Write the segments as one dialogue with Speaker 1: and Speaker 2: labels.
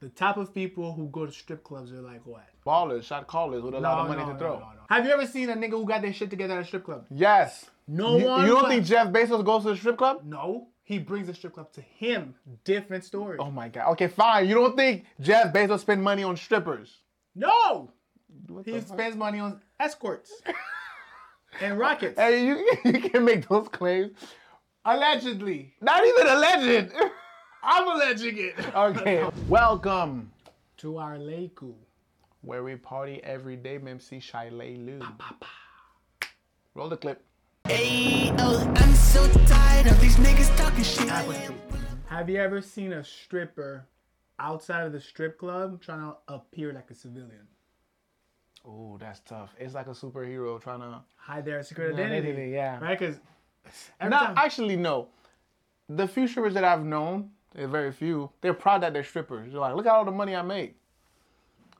Speaker 1: The type of people who go to strip clubs are like what?
Speaker 2: Ballers, shot callers with a lot of money to throw.
Speaker 1: Have you ever seen a nigga who got their shit together at a strip club?
Speaker 2: Yes.
Speaker 1: No
Speaker 2: you,
Speaker 1: one.
Speaker 2: You don't
Speaker 1: but-
Speaker 2: think Jeff Bezos goes to the strip club?
Speaker 1: No, he brings the strip club to him. Different story.
Speaker 2: Oh my god. Okay, fine. You don't think Jeff Bezos spend money on strippers?
Speaker 1: No,
Speaker 2: What
Speaker 1: he
Speaker 2: the fuck?
Speaker 1: spends money on escorts and rockets.
Speaker 2: Hey, you, you can make those claims.
Speaker 1: Allegedly,
Speaker 2: Not even a legend.
Speaker 1: I'm alleging it.
Speaker 2: okay. Welcome.
Speaker 1: to our Leiku.
Speaker 2: Where we party every day, Memsi Shiley Lou. Roll the clip.
Speaker 3: Ayo, I'm so tired of these niggas talking shit.
Speaker 1: Have you ever seen a stripper outside of the strip club trying to appear like a civilian?
Speaker 2: Oh, that's tough. It's like a superhero trying to
Speaker 1: Hide their secret
Speaker 2: Yeah,
Speaker 1: identity.
Speaker 2: identity, yeah.
Speaker 1: Right? Because
Speaker 2: No, actually, no. The few strippers that I've known, they're very few, they're proud that they're strippers. They're like, look at all the money I make.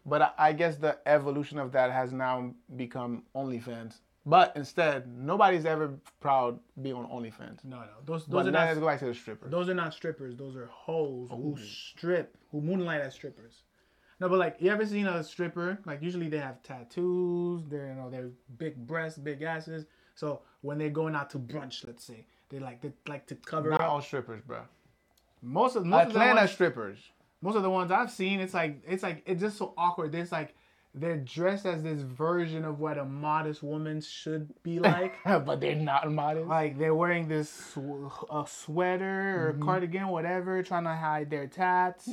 Speaker 2: But I, I guess the evolution of that has now become OnlyFans. But instead, nobody's ever proud being on OnlyFans.
Speaker 1: no, no. Those,
Speaker 2: But
Speaker 1: those, are
Speaker 2: now let's
Speaker 1: not,
Speaker 2: go back to the stripper.
Speaker 1: those are not strippers. Those are hoes who strip, who moonlight as strippers. No, but like, you ever seen a stripper? Like, usually they have tattoos. They're, you know, they're big breasts, big asses. So when they're going out to brunch, let's say, they like they like to cover
Speaker 2: Not
Speaker 1: up.
Speaker 2: all strippers, bro.
Speaker 1: Most of most of the
Speaker 2: Atlanta
Speaker 1: ones-
Speaker 2: strippers.
Speaker 1: most of the ones I've seen, it's like it's like it's just so awkward. There's like they're dressed as this version of what a modest woman should be like.
Speaker 2: but they're not modest.
Speaker 1: like they're wearing this sw- a sweater or
Speaker 2: Mm-hmm.
Speaker 1: cardigan, whatever, trying to hide their tats,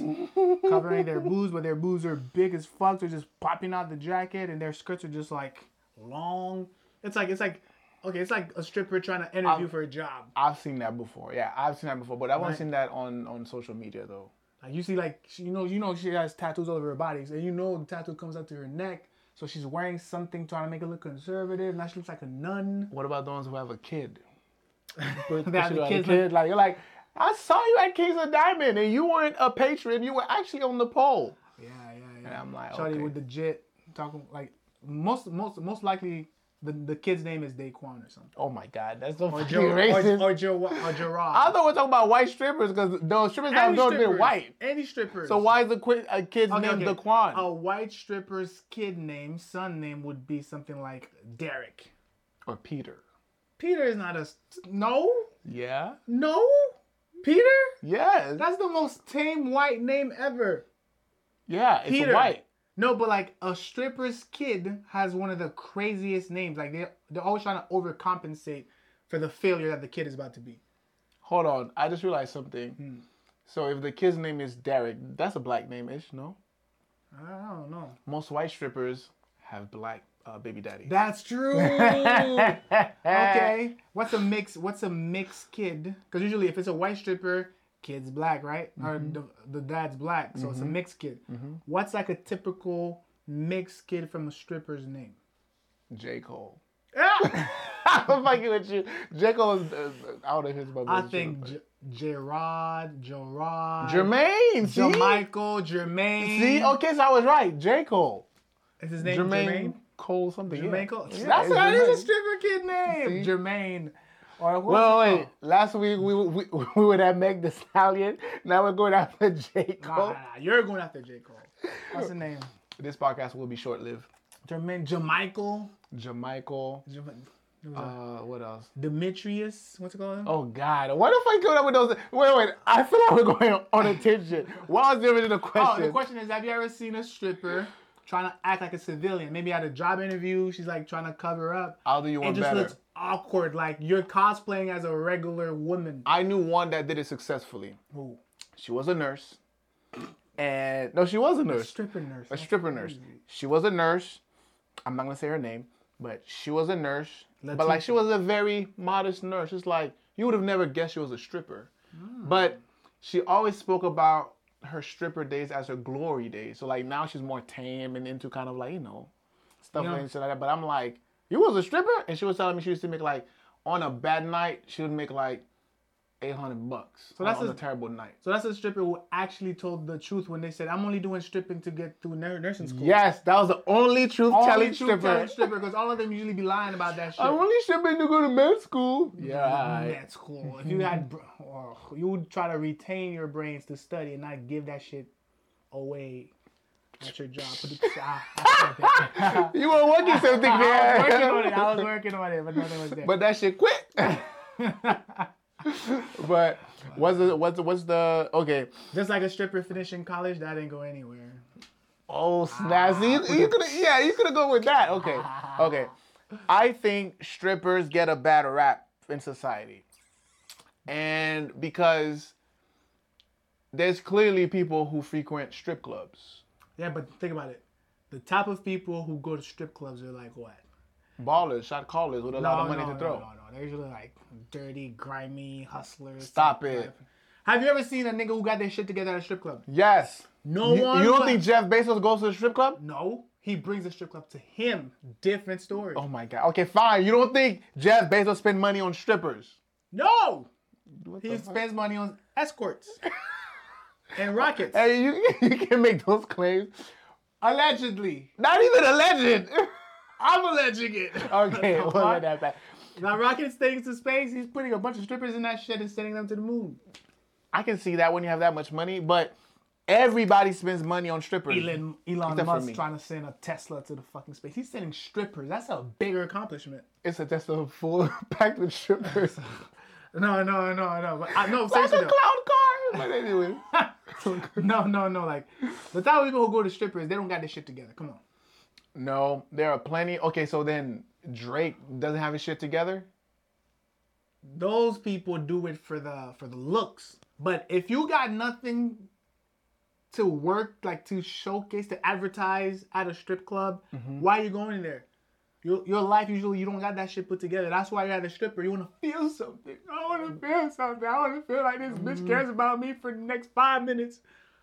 Speaker 1: covering their boobs, but their boobs are big as fuck. They're just popping out the jacket, and their skirts are just like long. It's like it's like okay, it's like a stripper trying to interview for a job.
Speaker 2: I've seen that before. Yeah, I've seen that before. But I haven't
Speaker 1: Right.
Speaker 2: seen that on, on social media, though.
Speaker 1: Like you see, like she- you know, you know, she has tattoos all over her body, and you know the tattoo comes up to her neck. So she's wearing something trying to make it look conservative. Now she looks like a nun.
Speaker 2: What about the ones who have a kid? But
Speaker 1: They have
Speaker 2: you
Speaker 1: the
Speaker 2: had a
Speaker 1: kids
Speaker 2: kid, like you're like, I saw you at Kings of Diamond and you weren't a patron, you were actually on the poll.
Speaker 1: Yeah, yeah, yeah.
Speaker 2: And I'm like,
Speaker 1: Shawty
Speaker 2: okay.
Speaker 1: with the jet talking like most, most, most likely the, the kid's name is Daquan or something.
Speaker 2: Oh my god, that's so fucking
Speaker 1: Or,
Speaker 2: racist.
Speaker 1: or, or, Ger- or Gerard.
Speaker 2: I thought we were talking about white strippers because those strippers that
Speaker 1: Any
Speaker 2: was known to be
Speaker 1: strippers.
Speaker 2: white.
Speaker 1: Any strippers.
Speaker 2: So why is the qui- a kid's
Speaker 1: Okay,
Speaker 2: named
Speaker 1: okay. Oh.
Speaker 2: Daquan?
Speaker 1: A white stripper's kid name, son name would be something like Derek.
Speaker 2: Or Peter.
Speaker 1: Peter is not a s- no,
Speaker 2: Yeah?
Speaker 1: no. Peter.
Speaker 2: Yes.
Speaker 1: That's the most tame white name ever.
Speaker 2: yeah, it's
Speaker 1: Peter.
Speaker 2: white.
Speaker 1: No, but like a stripper's kid has one of the craziest names. Like they they're always trying to overcompensate for the failure that the kid is about to be.
Speaker 2: Hold on, I just realized something.
Speaker 1: Hmm.
Speaker 2: So if the kid's name is Derek, that's a black name ish, no?
Speaker 1: I don't know.
Speaker 2: Most white strippers have black uh, baby daddy.
Speaker 1: That's true. okay. What's a mix? What's a mixed kid? Because usually, if it's a white stripper, kid's black, right? Or
Speaker 2: Mm-hmm.
Speaker 1: the, the dad's black, so it's a mixed kid. What's like a typical mixed kid from a stripper's name?
Speaker 2: J. Cole. I'm fucking with you. J. Cole is uh, out of his bubble.
Speaker 1: I think J- Gerard, Gerard,
Speaker 2: Jermaine. See?
Speaker 1: Jermichael, Jermaine.
Speaker 2: See? Okay, so I was right. J. Cole.
Speaker 1: Is his name
Speaker 2: Jermaine,
Speaker 1: Jermaine?
Speaker 2: Cole something. yeah.
Speaker 1: Jermaine Cole.
Speaker 2: Yeah,
Speaker 1: That's
Speaker 2: it's
Speaker 1: that is a
Speaker 2: Jermaine.
Speaker 1: stripper kid name.
Speaker 2: See?
Speaker 1: Jermaine. Or who
Speaker 2: Well,
Speaker 1: else is
Speaker 2: wait. Last week we we, we were at Meg the Stallion. Now we're going after J.
Speaker 1: called? Nah,
Speaker 2: Cole.
Speaker 1: nah, nah. You're going after J. Cole. What's the name?
Speaker 2: This podcast will be short lived.
Speaker 1: Jermaine. Jermichael.
Speaker 2: Jermichael.
Speaker 1: Jermi- there was a-
Speaker 2: Uh, what else?
Speaker 1: Oh, Demetrius. What's it called?
Speaker 2: Oh God! Why the fuck you coming up with those? Wait, wait! I feel like we're going on a tangent. What was the original
Speaker 1: Oh,
Speaker 2: question?
Speaker 1: the question is Have you ever seen a stripper trying to act like a civilian? Maybe at a job interview, she's like trying to cover up.
Speaker 2: I'll do you
Speaker 1: It
Speaker 2: one
Speaker 1: just
Speaker 2: better.
Speaker 1: looks awkward. Like you're cosplaying as a regular woman.
Speaker 2: I knew one that did it successfully.
Speaker 1: Who?
Speaker 2: She was a nurse. And no, she was a nurse.
Speaker 1: Stripper nurse.
Speaker 2: A stripper nurse. She was a nurse. I'm not gonna say her name, but she was a nurse. But like she was a very modest nurse. It's like you would have never guessed she was a stripper.
Speaker 1: Hmm.
Speaker 2: But she always spoke about her stripper days as her glory days. So like now she's more tame and into kind of like, you know, stuff
Speaker 1: Yeah.
Speaker 2: and shit like that. But I'm like, you was a stripper? And she was telling me she used to make like on a bad night, she would make like eight hundred bucks. So
Speaker 1: that's
Speaker 2: that's on
Speaker 1: a-
Speaker 2: a terrible night.
Speaker 1: So that's a stripper who actually told the truth when they said, "I'm only doing stripping to get through nur- nursing school."
Speaker 2: Yes, that was the only truth
Speaker 1: only
Speaker 2: telling
Speaker 1: truth
Speaker 2: stripper.
Speaker 1: telling stripper because all of them usually be lying about that shit.
Speaker 2: I'm only stripping to go to med school. Yeah. alright.
Speaker 1: That's cool. If you had, br- oh, you would try to retain your brains to study and not give that shit 08 at your job. Put the- ah, I said that.
Speaker 2: You were working something
Speaker 1: I was working
Speaker 2: there.
Speaker 1: on it. I was working on it, but nothing was there.
Speaker 2: but that shit quit. but what's the what's the, what's the okay?
Speaker 1: Just like a stripper finishing college, that didn't go anywhere.
Speaker 2: Oh snap! See,
Speaker 1: Ah.
Speaker 2: you, you could yeah, you could have gone with that. Okay, okay. I think strippers get a bad rap in society, and because there's clearly people who frequent strip clubs,
Speaker 1: Yeah, but think about it. The type of people who go to strip clubs are like what?
Speaker 2: ballers, shot callers with a lot of money to throw.
Speaker 1: No, no, no. They're usually like dirty, grimy hustlers.
Speaker 2: Stop
Speaker 1: type
Speaker 2: it.
Speaker 1: of- Have you ever seen a nigga who got their shit together at a strip club?
Speaker 2: Yes.
Speaker 1: No
Speaker 2: you,
Speaker 1: one.
Speaker 2: you don't
Speaker 1: but-
Speaker 2: think Jeff Bezos goes to the strip club?
Speaker 1: No, he brings the strip club to him. Different story.
Speaker 2: Oh my god. Okay, fine. You don't think Jeff Bezos spend money on strippers?
Speaker 1: No,
Speaker 2: What
Speaker 1: he
Speaker 2: the fuck?
Speaker 1: spends money on escorts and rockets.
Speaker 2: Hey, you, you can make those claims.
Speaker 1: Allegedly,
Speaker 2: Not even a legend.
Speaker 1: I'm alleging it.
Speaker 2: okay, it wasn't that bad.
Speaker 1: Now rockets things to space. He's putting a bunch of strippers in that shit and sending them to the moon. I
Speaker 2: I can see that when you have that much money, but everybody spends money on strippers.
Speaker 1: Elon, Elon
Speaker 2: Except for
Speaker 1: Musk
Speaker 2: me.
Speaker 1: trying to send a Tesla to the fucking space. He's sending strippers. That's a bigger accomplishment.
Speaker 2: It's a Tesla full packed with strippers.
Speaker 1: No, no, no, no. But I, no,
Speaker 2: like a
Speaker 1: seriously
Speaker 2: clown car. But anyway,
Speaker 1: though. no, no, no. Like the type of people who go to strippers, they don't got this shit together. Come on.
Speaker 2: no, there are plenty. Okay, so then Drake doesn't have his shit together.
Speaker 1: Those people do it for the for the looks. But if you got nothing to work like to showcase to advertise at a strip club,
Speaker 2: Mm-hmm.
Speaker 1: why are you going there? Your, your life usually you don't got that shit put together. That's why you're at a stripper. You wanna feel something. I wanna feel something. I wanna feel like this
Speaker 2: Mm-hmm.
Speaker 1: bitch cares about me for the next five minutes.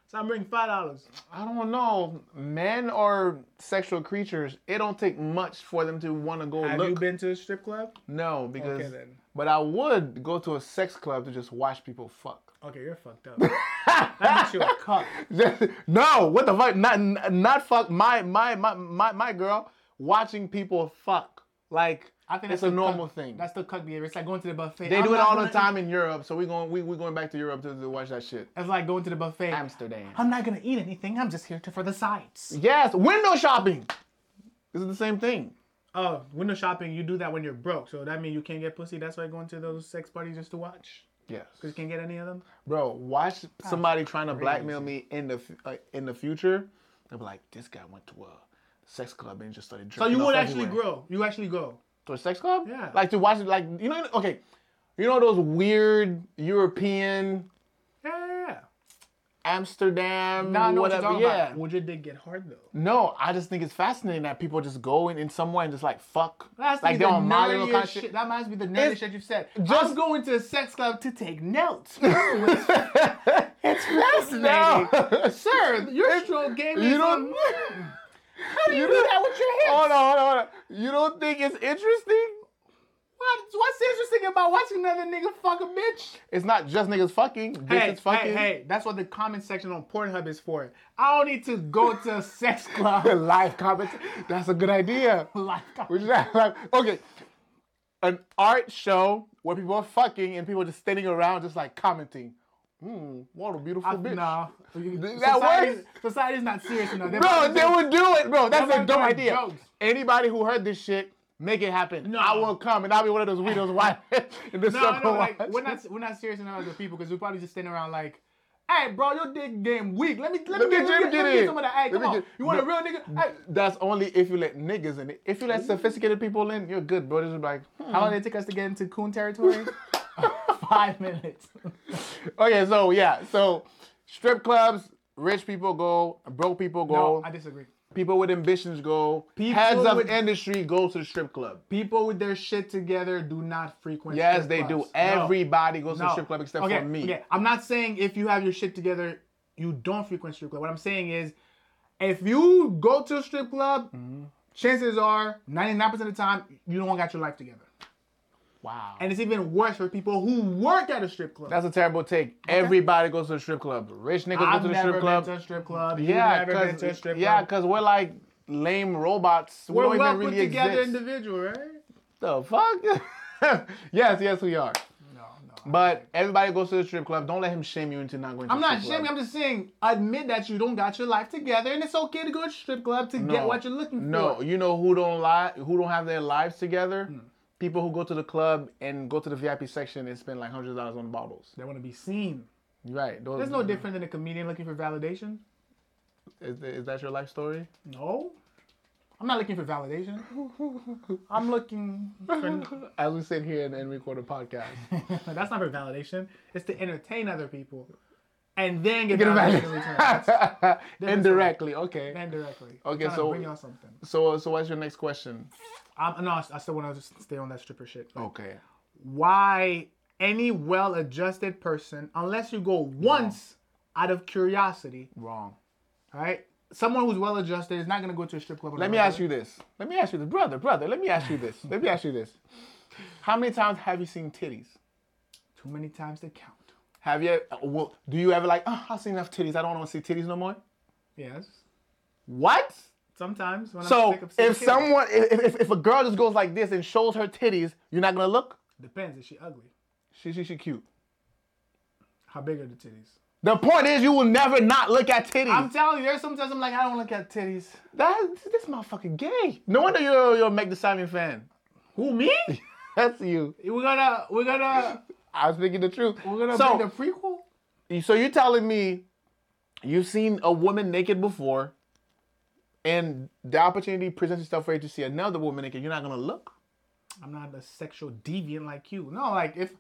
Speaker 1: So I'm bringing five dollars.
Speaker 2: I don't know. Men are sexual creatures. It don't take much for them to want to go
Speaker 1: Have
Speaker 2: look.
Speaker 1: you been to a strip club?
Speaker 2: No, because
Speaker 1: then.
Speaker 2: but I would go to a sex club to just watch people fuck.
Speaker 1: Okay, you're fucked up. that makes you a cuck.
Speaker 2: Just- no, what the fuck? Not not fuck my my my my, my girl watching people fuck. Like
Speaker 1: I think
Speaker 2: it's
Speaker 1: that's
Speaker 2: a
Speaker 1: the
Speaker 2: normal
Speaker 1: cuck-
Speaker 2: thing.
Speaker 1: That's the cuck behavior. It's like going to the buffet.
Speaker 2: they
Speaker 1: I'm
Speaker 2: do it
Speaker 1: not
Speaker 2: all the
Speaker 1: gonna-
Speaker 2: time in Europe, so we going we we going back to Europe to, to watch that shit.
Speaker 1: It's like going to the buffet.
Speaker 2: Amsterdam.
Speaker 1: I'm not gonna eat anything. I'm just here to, for the sights.
Speaker 2: Yes, window shopping. This is the same thing.
Speaker 1: Oh, window shopping. You do that when you're broke, so that means you can't get pussy. That's why you're going to those sex parties just to watch.
Speaker 2: Yes,
Speaker 1: Cause you can't get any of them.
Speaker 2: bro. Watch somebody trying to blackmail me in the f- uh, in the future. They'll be like, this guy went to a sex club and just started
Speaker 1: So
Speaker 2: drinking.
Speaker 1: you
Speaker 2: off
Speaker 1: would actually
Speaker 2: everywhere."
Speaker 1: grow. You actually go.
Speaker 2: to a sex club?
Speaker 1: Yeah.
Speaker 2: Like to watch it, like you know, okay, you know those weird European
Speaker 1: Yeah, yeah, yeah.
Speaker 2: Amsterdam,
Speaker 1: Now I know
Speaker 2: whatever.
Speaker 1: what you're talking
Speaker 2: yeah.
Speaker 1: about. Would your dick get hard though?
Speaker 2: No, I just think it's fascinating that people just go in, in somewhere and just like fuck,
Speaker 1: That's the
Speaker 2: like they're on Molly and all kind
Speaker 1: nerdiest
Speaker 2: of
Speaker 1: shit.
Speaker 2: shit.
Speaker 1: That must be the nerdiest
Speaker 2: It's-
Speaker 1: shit you've said.
Speaker 2: just-
Speaker 1: Just going to a sex club to take notes.
Speaker 2: it's
Speaker 1: fascinating.
Speaker 2: No.
Speaker 1: Sir, your stroke game is
Speaker 2: you don't.
Speaker 1: on-
Speaker 2: How do you do that with your hands? Hold on, hold on. You don't think it's interesting?
Speaker 1: What, what's interesting about watching another nigga fuck a bitch?
Speaker 2: It's not just niggas fucking.
Speaker 1: Hey,
Speaker 2: Bitches
Speaker 1: hey,
Speaker 2: fucking.
Speaker 1: hey, that's what the comment section on Pornhub is for. I don't need to go to a sex club.
Speaker 2: Live comments. That's a good idea.
Speaker 1: Like,
Speaker 2: Which is not like okay, an art show where people are fucking and people are just standing around just like commenting. Hmm, what a beautiful bitch.
Speaker 1: nah.
Speaker 2: that
Speaker 1: Society-
Speaker 2: works?
Speaker 1: Society's not serious enough. They're
Speaker 2: Bro,
Speaker 1: fucking
Speaker 2: they would do it, bro. That's
Speaker 1: They're
Speaker 2: a dumb
Speaker 1: doing
Speaker 2: idea.
Speaker 1: jokes.
Speaker 2: Anybody who heard this shit, make it happen.
Speaker 1: No.
Speaker 2: I will come and I'll be one of those weirdos watching in the
Speaker 1: No,
Speaker 2: circle.
Speaker 1: no, like,
Speaker 2: watching.
Speaker 1: we're not we're not serious enough as a people because we're probably just standing around like, hey, bro, your dick game weak. Let me let, me get, let, me get,
Speaker 2: in.
Speaker 1: some of that. Hey,
Speaker 2: Let
Speaker 1: come
Speaker 2: me
Speaker 1: on.
Speaker 2: get-
Speaker 1: you want a
Speaker 2: No.
Speaker 1: real nigga? Hey.
Speaker 2: That's only if you let niggas in it. If you let sophisticated people in, you're good, bro. This is like, hmm.
Speaker 1: How long did it take us to get into coon territory? Five minutes.
Speaker 2: okay, so yeah, so strip clubs, rich people go, broke people go.
Speaker 1: No, I disagree.
Speaker 2: People with ambitions go.
Speaker 1: People
Speaker 2: heads of
Speaker 1: with-
Speaker 2: industry go to the strip club.
Speaker 1: People with their shit together do not frequent.
Speaker 2: Yes,
Speaker 1: strip
Speaker 2: they do.
Speaker 1: clubs. No.
Speaker 2: Everybody goes to the
Speaker 1: No.
Speaker 2: strip club except
Speaker 1: okay,
Speaker 2: for me.
Speaker 1: Okay. I'm not saying if you have your shit together, you don't frequent strip club. What I'm saying is, if you go to a strip club,
Speaker 2: Mm-hmm.
Speaker 1: chances are 99% of the time you don't got your life together.
Speaker 2: Wow.
Speaker 1: And it's even worse for people who work at a strip club.
Speaker 2: That's a terrible take. Everybody goes to the strip club. Rich niggas
Speaker 1: I've
Speaker 2: go to the
Speaker 1: never
Speaker 2: strip
Speaker 1: been
Speaker 2: club.
Speaker 1: to a strip club. You've
Speaker 2: yeah,
Speaker 1: never been to a
Speaker 2: because
Speaker 1: strip
Speaker 2: yeah,
Speaker 1: club.
Speaker 2: because we're like lame robots. We
Speaker 1: We're
Speaker 2: don't
Speaker 1: well
Speaker 2: even really
Speaker 1: put together
Speaker 2: exist.
Speaker 1: individual, right?
Speaker 2: the fuck? yes, yes, we are.
Speaker 1: No, no.
Speaker 2: But everybody goes to the strip club. Don't let him shame you into not going. to
Speaker 1: I'm
Speaker 2: the
Speaker 1: not
Speaker 2: strip
Speaker 1: shaming.
Speaker 2: Club.
Speaker 1: I'm just saying, admit that you don't got your life together, and it's okay to go to strip club to get
Speaker 2: No.
Speaker 1: what you're looking for. Hmm.
Speaker 2: No, you know who don't lie, who don't have their lives together. People who go to the club and go to the VIP section and spend like hundred dollars on bottles.
Speaker 1: they want to be seen.
Speaker 2: Right. Those,
Speaker 1: That's no different than a comedian looking for validation.
Speaker 2: Is, is that your life story?
Speaker 1: No, I'm not looking for validation. I'm looking. For,
Speaker 2: As we sit here and, and record a podcast,
Speaker 1: that's not for validation. It's to entertain other people, and then get,
Speaker 2: Get a
Speaker 1: validation
Speaker 2: valid-
Speaker 1: in return. That's
Speaker 2: indirectly. Okay.
Speaker 1: indirectly.
Speaker 2: Okay,
Speaker 1: I'm trying to
Speaker 2: so-
Speaker 1: bring y'all something.
Speaker 2: So so what's your next question?
Speaker 1: I'm, no, I I still want to stay on that stripper shit.
Speaker 2: Okay.
Speaker 1: why any well-adjusted person, unless you go once out of curiosity,
Speaker 2: Wrong.
Speaker 1: all right? Someone who's well-adjusted is not gonna go to a strip club. on a
Speaker 2: Let me
Speaker 1: regular.
Speaker 2: ask you this. Let me ask you this, brother, brother. Let me ask you this. Let me ask you this. How many times have you seen titties?
Speaker 1: Too many times to count.
Speaker 2: Have you? uh, Well, do you ever like? Oh, I've seen enough titties. I don't want to see titties no more.
Speaker 1: Yes.
Speaker 2: What?
Speaker 1: Sometimes when I'm
Speaker 2: So
Speaker 1: sick of seeing
Speaker 2: if
Speaker 1: kids.
Speaker 2: someone, if, if if a girl just goes like this and shows her titties, you're not gonna look.
Speaker 1: depends, is she ugly?
Speaker 2: She she she cute.
Speaker 1: How big are the titties?
Speaker 2: The point is, you will never not look at titties.
Speaker 1: I'm telling you, there's sometimes I'm like, I don't look at titties.
Speaker 2: that this motherfucker gay. No wonder you're you're a Meg Thee Stallion fan.
Speaker 1: Who me?
Speaker 2: That's you.
Speaker 1: we're gonna, we're gonna,
Speaker 2: I was speaking the truth.
Speaker 1: we're gonna
Speaker 2: so
Speaker 1: bring the prequel.
Speaker 2: so you're telling me you've seen a woman naked before, and the opportunity presents itself for you to see another woman naked. You're not gonna look.
Speaker 1: I'm not a sexual deviant like you. No, like if,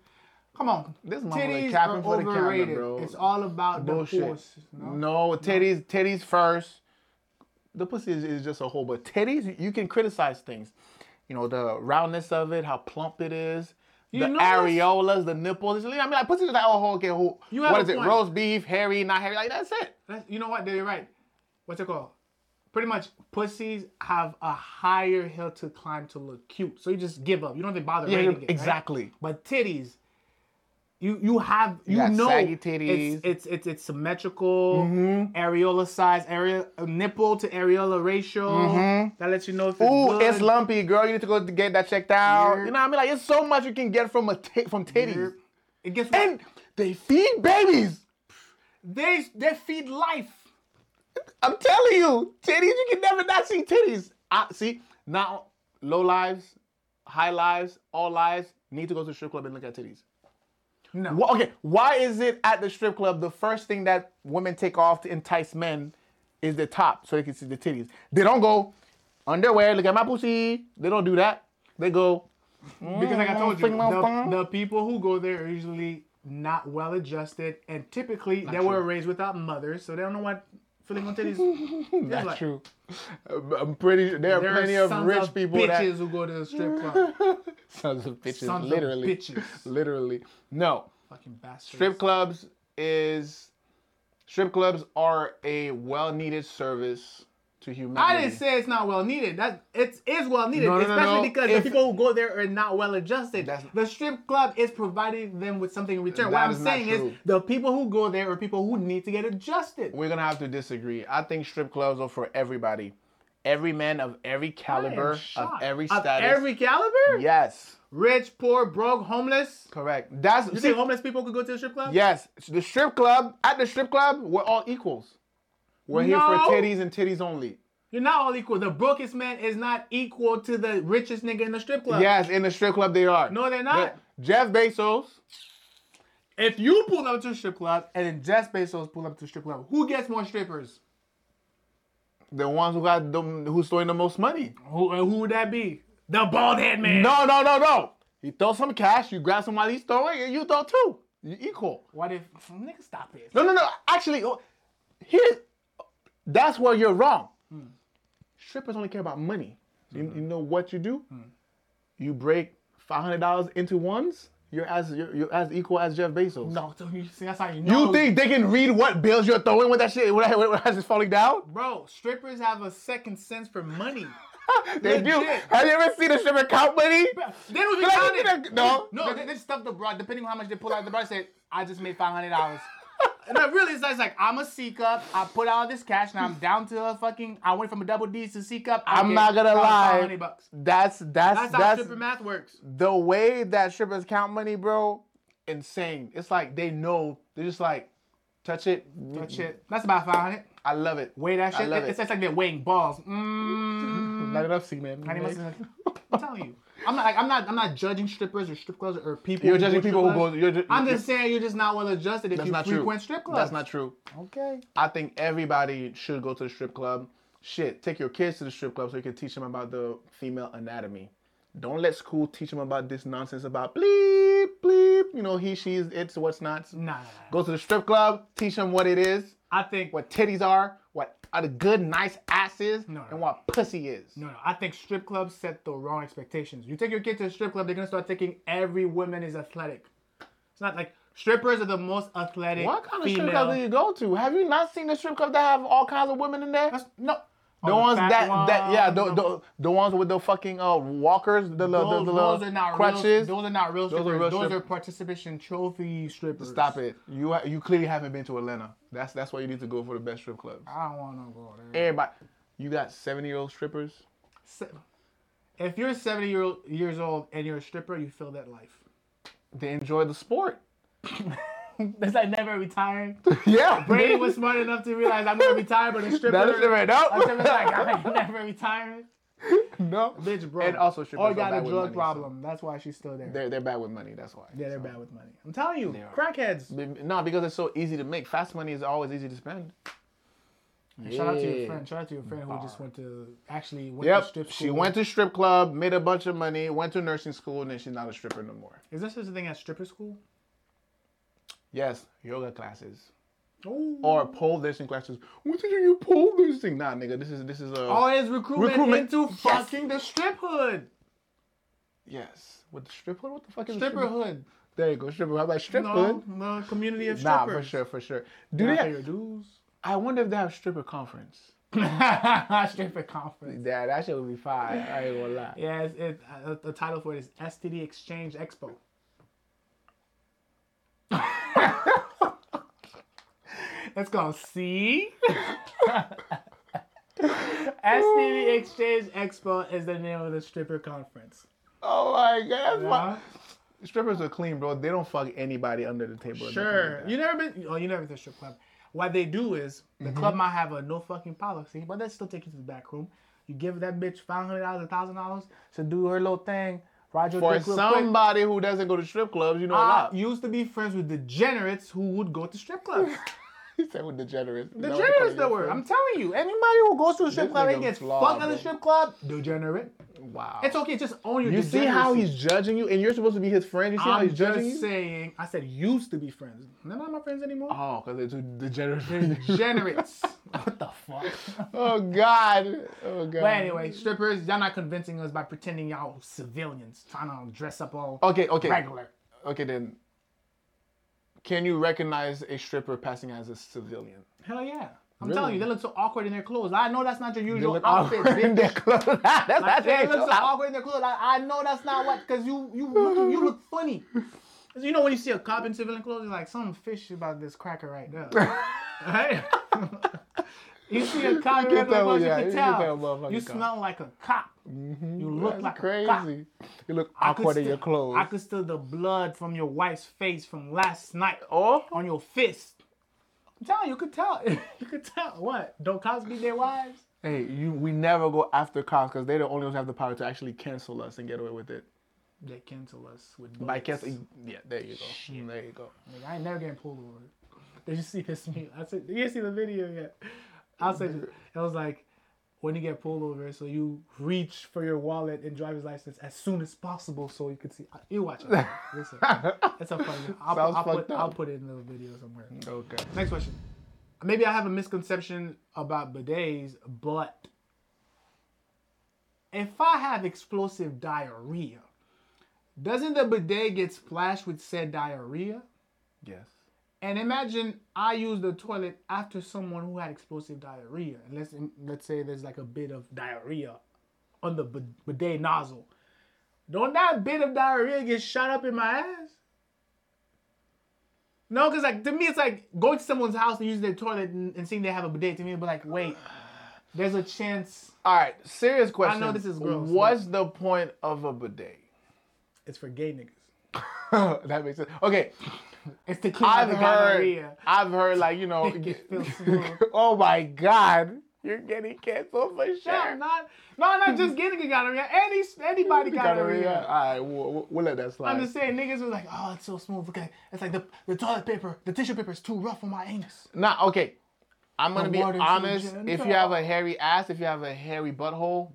Speaker 1: come on,
Speaker 2: This motherfucker
Speaker 1: titties are
Speaker 2: capping for the camera,
Speaker 1: overrated.
Speaker 2: bro.
Speaker 1: It's all about the
Speaker 2: Bullshit.
Speaker 1: force.
Speaker 2: No, titties, titties first. The pussy is, is just a whole, but titties, you can criticize things. You know, the roundness of it, how plump it is, the
Speaker 1: know what's-
Speaker 2: areolas, the nipples. I mean, like, pussy is like, oh, okay, who,
Speaker 1: You have
Speaker 2: what
Speaker 1: a
Speaker 2: is it?
Speaker 1: point.
Speaker 2: Roast beef, hairy, not hairy. Like, that's it.
Speaker 1: That's, you know what? They're right. What's it called? Pretty much, pussies have a higher hill to climb to look cute. So you just give up. You don't even bother
Speaker 2: Yeah,
Speaker 1: rating it. right?
Speaker 2: exactly.
Speaker 1: But titties, you you have you,
Speaker 2: got
Speaker 1: know
Speaker 2: saggy
Speaker 1: it's-
Speaker 2: titties. Mm-hmm.
Speaker 1: It's, it's it's symmetrical, areola size, area nipple to areola ratio. That lets you know if it's
Speaker 2: Mm-hmm. Ooh,
Speaker 1: good.
Speaker 2: it's lumpy, girl. You need to go to get that checked out.
Speaker 1: Yep.
Speaker 2: You know what I mean? Like, it's so much you can get from a tit from titties,
Speaker 1: Yep. It gets
Speaker 2: and they feed babies.
Speaker 1: they they feed life.
Speaker 2: I'm telling you, titties, you can never not see titties. I see now low lives, high lives, all lives need to go to the strip club and look at titties.
Speaker 1: No.
Speaker 2: Wh- okay, why is it at the strip club the first thing that women take off to entice men is the top so they can see the titties? They don't go underwear, look at my pussy. They don't do that. They go
Speaker 1: Because like I told you,
Speaker 2: Fing-long
Speaker 1: the,
Speaker 2: fong.
Speaker 1: the people who go there are usually not well adjusted, and typically they were raised without mothers, so they don't know what feeling on titties. is
Speaker 2: That's
Speaker 1: like.
Speaker 2: true. I'm- I'm pretty sure there are
Speaker 1: There
Speaker 2: plenty
Speaker 1: are
Speaker 2: of
Speaker 1: sons
Speaker 2: rich
Speaker 1: of
Speaker 2: people
Speaker 1: bitches
Speaker 2: that
Speaker 1: who go to the strip club.
Speaker 2: sons of bitches,
Speaker 1: Sons of
Speaker 2: literally,
Speaker 1: bitches.
Speaker 2: literally. No,
Speaker 1: Fucking bastards.
Speaker 2: strip clubs is strip clubs are a well-needed service to humanity.
Speaker 1: I didn't say it's not well needed. That it is well needed,
Speaker 2: No, no, no,
Speaker 1: especially
Speaker 2: no.
Speaker 1: because
Speaker 2: If-
Speaker 1: the people who go there are not well adjusted.
Speaker 2: That's-
Speaker 1: the strip club is providing them with something in return. What
Speaker 2: That
Speaker 1: I'm
Speaker 2: is not
Speaker 1: saying is
Speaker 2: true.
Speaker 1: the people who go there are people who need to get adjusted.
Speaker 2: We're gonna have to disagree. I think strip clubs are for everybody, every man of every
Speaker 1: I am
Speaker 2: caliber, of
Speaker 1: shocked.
Speaker 2: every status.
Speaker 1: of every caliber.
Speaker 2: yes,
Speaker 1: Rich, poor, broke, homeless.
Speaker 2: correct. That's
Speaker 1: You think homeless people could go to the strip club?
Speaker 2: yes. The strip club at the strip club, we're all equals. We're here for
Speaker 1: No.
Speaker 2: titties and titties only.
Speaker 1: You're not all equal. The brokest man is not equal to the richest nigga in the strip club.
Speaker 2: Yes, in the strip club they are.
Speaker 1: No, they're not.
Speaker 2: But Jeff Bezos.
Speaker 1: If you pull up to a strip club and then Jeff Bezos pull up to a strip club, who gets more strippers?
Speaker 2: The ones who got them, who's throwing the most money.
Speaker 1: Who and who would that be? The bald head man.
Speaker 2: No, no, no, no. He throws some cash, you grab some while he's throwing, and you throw too. You equal.
Speaker 1: What if nigga stop it?
Speaker 2: No, no, no. Actually, oh, here's that's where you're wrong.
Speaker 1: Hmm.
Speaker 2: Strippers only care about money. You, you know what you do?
Speaker 1: Hmm.
Speaker 2: You break five hundred dollars into ones. You're as you're, you're as equal as Jeff Bezos.
Speaker 1: No, so you see, that's how you know.
Speaker 2: You think they can read what bills you're throwing when that shit when that, when that shit's falling down?
Speaker 1: Bro, strippers have a second sense for money.
Speaker 2: They do.
Speaker 1: Legit.
Speaker 2: Have you ever seen a stripper count money?
Speaker 1: They don't even
Speaker 2: Like,
Speaker 1: count
Speaker 2: you
Speaker 1: it.
Speaker 2: think- no.
Speaker 1: no, they, they stuff the broad. Depending on how much they pull out, the broad said, "I just made five hundred dollars." and I really, it's like, it's like, I'm a C cup. I put all this cash, and I'm down to a fucking. I went from a double D to C cup. I
Speaker 2: I'm
Speaker 1: get
Speaker 2: not gonna
Speaker 1: probably
Speaker 2: lie.
Speaker 1: 500 bucks.
Speaker 2: That's that's
Speaker 1: That's,
Speaker 2: that's,
Speaker 1: how stripper math works.
Speaker 2: the way that strippers count money, bro. insane. It's like they know. They're just like, touch it.
Speaker 1: That shit. That's about 500.
Speaker 2: I love it.
Speaker 1: Mm. Weigh that shit.
Speaker 2: I love
Speaker 1: it's,
Speaker 2: it.
Speaker 1: it's like they're weighing balls. Mm.
Speaker 2: Not enough semen.
Speaker 1: Not even- I'm telling you. I'm not. Like, I'm not. I'm not judging strippers or strip clubs or people.
Speaker 2: You're
Speaker 1: go
Speaker 2: judging
Speaker 1: to
Speaker 2: people who
Speaker 1: strip
Speaker 2: go.
Speaker 1: clubs.
Speaker 2: You're, ju-
Speaker 1: I'm just saying you're just not well adjusted if
Speaker 2: That's
Speaker 1: you
Speaker 2: not
Speaker 1: frequent
Speaker 2: true.
Speaker 1: strip clubs.
Speaker 2: That's not true.
Speaker 1: Okay.
Speaker 2: I think everybody should go to the strip club. Shit, take your kids to the strip club so you can teach them about the female anatomy. Don't let school teach them about this nonsense about bleep, bleep, you know, he, she's, it's, what's not.
Speaker 1: Nah. nah, nah.
Speaker 2: Go to the strip club, teach them what it is,
Speaker 1: I think.
Speaker 2: what titties are, what a good, nice ass is,
Speaker 1: No, no.
Speaker 2: and what pussy is.
Speaker 1: No, no. I think strip clubs set the wrong expectations. You take your kid to a strip club, they're gonna start thinking every woman is athletic. It's not like strippers are the most athletic.
Speaker 2: What kind of
Speaker 1: female.
Speaker 2: strip club do you go to? Have you not seen the strip club that have all kinds of women in there?
Speaker 1: That's, no.
Speaker 2: the
Speaker 1: Oh,
Speaker 2: ones
Speaker 1: fat
Speaker 2: that, that yeah, the,
Speaker 1: ones,
Speaker 2: the, the ones with the fucking uh, walkers, the, the,
Speaker 1: those,
Speaker 2: the, the
Speaker 1: those
Speaker 2: little
Speaker 1: are not
Speaker 2: crutches.
Speaker 1: real. Those are not real
Speaker 2: are
Speaker 1: strippers. Those are,
Speaker 2: real strip-
Speaker 1: participation trophy strippers.
Speaker 2: Stop it. You ha- you clearly haven't been to Atlanta. That's that's why you need to go for the best strip clubs.
Speaker 1: I don't want to go there.
Speaker 2: Everybody, you got seventy year old strippers.
Speaker 1: Se- If you're 70 year old, years old and you're a stripper, you feel that life.
Speaker 2: They enjoy the sport.
Speaker 1: Does that never retire?
Speaker 2: Yeah,
Speaker 1: Brady was smart enough to realize I'm gonna retire, but a stripper.
Speaker 2: That's it right now.
Speaker 1: A stripper's like, I ain't never retiring.
Speaker 2: no,
Speaker 1: Bitch, bro.
Speaker 2: And also strippers
Speaker 1: Or
Speaker 2: are
Speaker 1: got
Speaker 2: bad
Speaker 1: a
Speaker 2: with
Speaker 1: drug
Speaker 2: money, so
Speaker 1: problem. That's why she's still there.
Speaker 2: They're they're bad with money. That's why.
Speaker 1: yeah, they're
Speaker 2: So-
Speaker 1: bad with money. I'm telling you, crackheads.
Speaker 2: Be- No, because it's so easy to make. Fast money is always easy to spend.
Speaker 1: Shout out to
Speaker 2: Yeah.
Speaker 1: your friend. Shout out to your friend who just went to actually went to
Speaker 2: Yep.
Speaker 1: strip
Speaker 2: She
Speaker 1: school.
Speaker 2: went to strip club, made a bunch of money, went to nursing school, and then she's not a stripper no more.
Speaker 1: Is this such a thing as stripper school?
Speaker 2: Yes, yoga classes
Speaker 1: Oh.
Speaker 2: or pole dancing classes. When did you pole dancing? Nah, nigga, this is this is a
Speaker 1: Always recruitment,
Speaker 2: Recruitment.
Speaker 1: into
Speaker 2: Yes.
Speaker 1: fucking the strip hood.
Speaker 2: Yes. With the strip hood? What the fuck is
Speaker 1: Stripper
Speaker 2: the strip
Speaker 1: hood.
Speaker 2: There you go, strip hood. I'm like, strip
Speaker 1: No,
Speaker 2: hood?
Speaker 1: no, community of
Speaker 2: Nah,
Speaker 1: strippers.
Speaker 2: for sure, for sure. Do
Speaker 1: Gotta
Speaker 2: they
Speaker 1: pay your dues.
Speaker 2: I wonder if they have stripper conference.
Speaker 1: stripper conference.
Speaker 2: Yeah, that shit would be fire. I ain't gonna lie.
Speaker 1: Yeah, it's, it, uh, the title for it is STD Exchange Expo. It's called C. STD Exchange Expo is the name of the stripper conference.
Speaker 2: Oh my god, that's
Speaker 1: Huh?
Speaker 2: why strippers are clean, bro. They don't fuck anybody under the table. or nothing
Speaker 1: Sure.
Speaker 2: like that.
Speaker 1: You never been? Oh, you never been to a strip club. What they do is the
Speaker 2: Mm-hmm.
Speaker 1: club might have a no fucking policy, but they still take you to the back room. You give that bitch five hundred dollars, thousand dollars to do her little thing. Roger
Speaker 2: For somebody who doesn't go to strip clubs, you know a
Speaker 1: I
Speaker 2: lot.
Speaker 1: used to be friends with degenerates who would go to strip clubs.
Speaker 2: He said we're degenerates. Is that what they call
Speaker 1: degenerates
Speaker 2: your
Speaker 1: that were. I'm
Speaker 2: friends?
Speaker 1: telling you, anybody who goes to a strip
Speaker 2: This
Speaker 1: club and
Speaker 2: nigga
Speaker 1: gets
Speaker 2: flawed,
Speaker 1: fucked at
Speaker 2: bro.
Speaker 1: the strip club, degenerate.
Speaker 2: wow.
Speaker 1: It's okay, just own your.
Speaker 2: you see how
Speaker 1: degeneracy.
Speaker 2: he's judging you, and you're supposed to be his friend. You see how
Speaker 1: I'm
Speaker 2: he's judging you?
Speaker 1: just saying. I said used to be friends. They're not my friends anymore.
Speaker 2: oh, because they're too degenerate. for you.
Speaker 1: Degenerates. what the fuck?
Speaker 2: oh God. Oh God.
Speaker 1: But anyway, strippers, y'all not convincing us by pretending y'all civilians trying to dress up all
Speaker 2: Okay, okay.
Speaker 1: regular.
Speaker 2: Okay, then. Can you recognize a stripper passing as a civilian?
Speaker 1: Hell yeah. I'm
Speaker 2: Really?
Speaker 1: telling you, they look so awkward in their clothes. I know that's not your usual outfit.
Speaker 2: awkward in
Speaker 1: bitch.
Speaker 2: their clothes. That's
Speaker 1: Like,
Speaker 2: that's
Speaker 1: they
Speaker 2: it.
Speaker 1: look so awkward in their clothes. I, I know that's not what, because you you look, you look funny. 'Cause you know when you see a cop in civilian clothes, you're like, something fishy about this cracker right there. right? you see a cop in
Speaker 2: You can
Speaker 1: regular
Speaker 2: tell,
Speaker 1: clothes,
Speaker 2: yeah,
Speaker 1: you can
Speaker 2: you can tell a
Speaker 1: tell.
Speaker 2: motherfucking
Speaker 1: You
Speaker 2: cop.
Speaker 1: smell like a cop. You look like a cop.
Speaker 2: crazy. You look
Speaker 1: I could
Speaker 2: awkward in
Speaker 1: still-
Speaker 2: your clothes.
Speaker 1: I could still the blood from your wife's face from last night
Speaker 2: oh,
Speaker 1: on your fist. I'm telling you, you could tell. you could tell. What? Don't cops beat their wives?
Speaker 2: hey, you. We never go after cops because they're the only ones who have the power to actually cancel us and get away with it.
Speaker 1: They cancel us with
Speaker 2: By
Speaker 1: bullets.
Speaker 2: cancel, yeah, there you go. Mm, There you go.
Speaker 1: Nigga, I ain't never getting pulled over. Did you see this meme? I said, you didn't see the video yet. I'll say it was like, when you get pulled over, so you reach for your wallet and driver's license as soon as possible, so you can see. You watch it. Listen, it's a funny. I'll,
Speaker 2: Sounds
Speaker 1: I'll, put,
Speaker 2: fucked up.
Speaker 1: I'll put it in the video somewhere.
Speaker 2: Okay.
Speaker 1: Next question. Maybe I have a misconception about bidets, but if I have explosive diarrhea, doesn't the bidet get splashed with said diarrhea?
Speaker 2: Yes.
Speaker 1: And imagine I use the toilet after someone who had explosive diarrhea. And let's let's say there's like a bit of diarrhea on the bid- bidet nozzle. Don't that bit of diarrhea get shot up in my ass? No, because like to me, it's like going to someone's house and using their toilet and, and seeing they have a bidet. To me, but like, wait, there's a chance
Speaker 2: All right. Serious question.
Speaker 1: this is gross,
Speaker 2: What's the point of a bidet?
Speaker 1: it's for gay niggas.
Speaker 2: that makes sense. Okay,
Speaker 1: It's the king
Speaker 2: I've
Speaker 1: of the
Speaker 2: heard,
Speaker 1: gonorrhea.
Speaker 2: I've heard, like you know,
Speaker 1: Feel smooth.
Speaker 2: oh my god, you're getting canceled for sure.
Speaker 1: I'm not, no, I'm not just getting a gonorrhea. Any, anybody gonorrhea.
Speaker 2: Gonorrhea. All right, we'll, we'll- we'll let that slide.
Speaker 1: I'm just saying, niggas was like, oh, it's so smooth. Look at it's like the, the toilet paper, the tissue paper is too rough on my anus.
Speaker 2: Nah, okay. I'm gonna
Speaker 1: The
Speaker 2: be
Speaker 1: water's so
Speaker 2: honest. If you
Speaker 1: gentle.
Speaker 2: have a hairy ass, if you have a hairy butthole,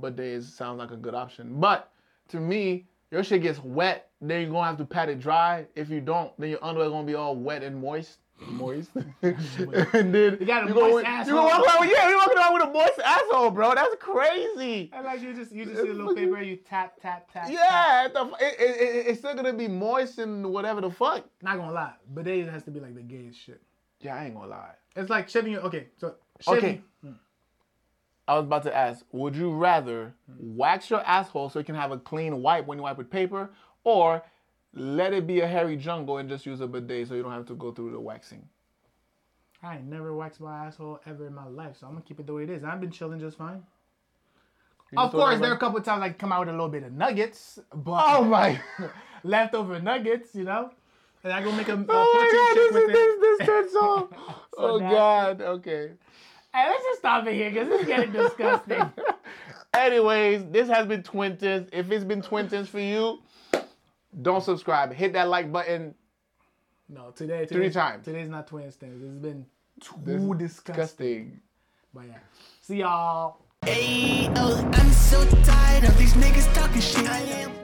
Speaker 2: bidet is, sounds like a good option. But to me, your shit gets wet, then you're gonna have to pat it dry. If you don't, then your underwear gonna be all wet and moist. Moist. and then you
Speaker 1: got a
Speaker 2: gonna-
Speaker 1: moist asshole.
Speaker 2: You gonna walk around with, yeah, you're walking around with a moist asshole, bro. That's crazy.
Speaker 1: I like you just you just see a little paper, you tap tap tap. tap.
Speaker 2: Yeah, the, f- it, it, it- it's still gonna be moist and whatever the fuck.
Speaker 1: Not gonna lie, but they has to be like the gayest shit.
Speaker 2: Yeah, I ain't gonna lie.
Speaker 1: It's like shaving your okay. So shaving.
Speaker 2: Okay. I was about to ask, would you rather wax your asshole so you can have a clean wipe when you wipe with paper, or let it be a hairy jungle and just use a bidet so you don't have to go through the waxing?
Speaker 1: I ain't never waxed my asshole ever in my life, so I'm gonna keep it the way it is. I've been chilling just fine. Of
Speaker 2: just told
Speaker 1: course, there are a
Speaker 2: everybody-
Speaker 1: couple of times I come out with a little bit of nuggets, but
Speaker 2: Oh my!
Speaker 1: leftover nuggets, you know. And I go make a, a
Speaker 2: oh my god! This
Speaker 1: protein shake
Speaker 2: is
Speaker 1: with it.
Speaker 2: this this turns off. oh
Speaker 1: nasty.
Speaker 2: god! Okay.
Speaker 1: Hey, let's just stop it here because it's getting disgusting.
Speaker 2: Anyways, this has been Twin Tins. If it's been Twin Tins for you, don't subscribe. Hit that like button.
Speaker 1: no, today, today
Speaker 2: times.
Speaker 1: Today's not twins things. It's been too
Speaker 2: This is
Speaker 1: disgusting.
Speaker 2: Disgusting.
Speaker 1: But yeah, see y'all.
Speaker 3: Ayo, I'm so tired of these niggas talking shit. I am.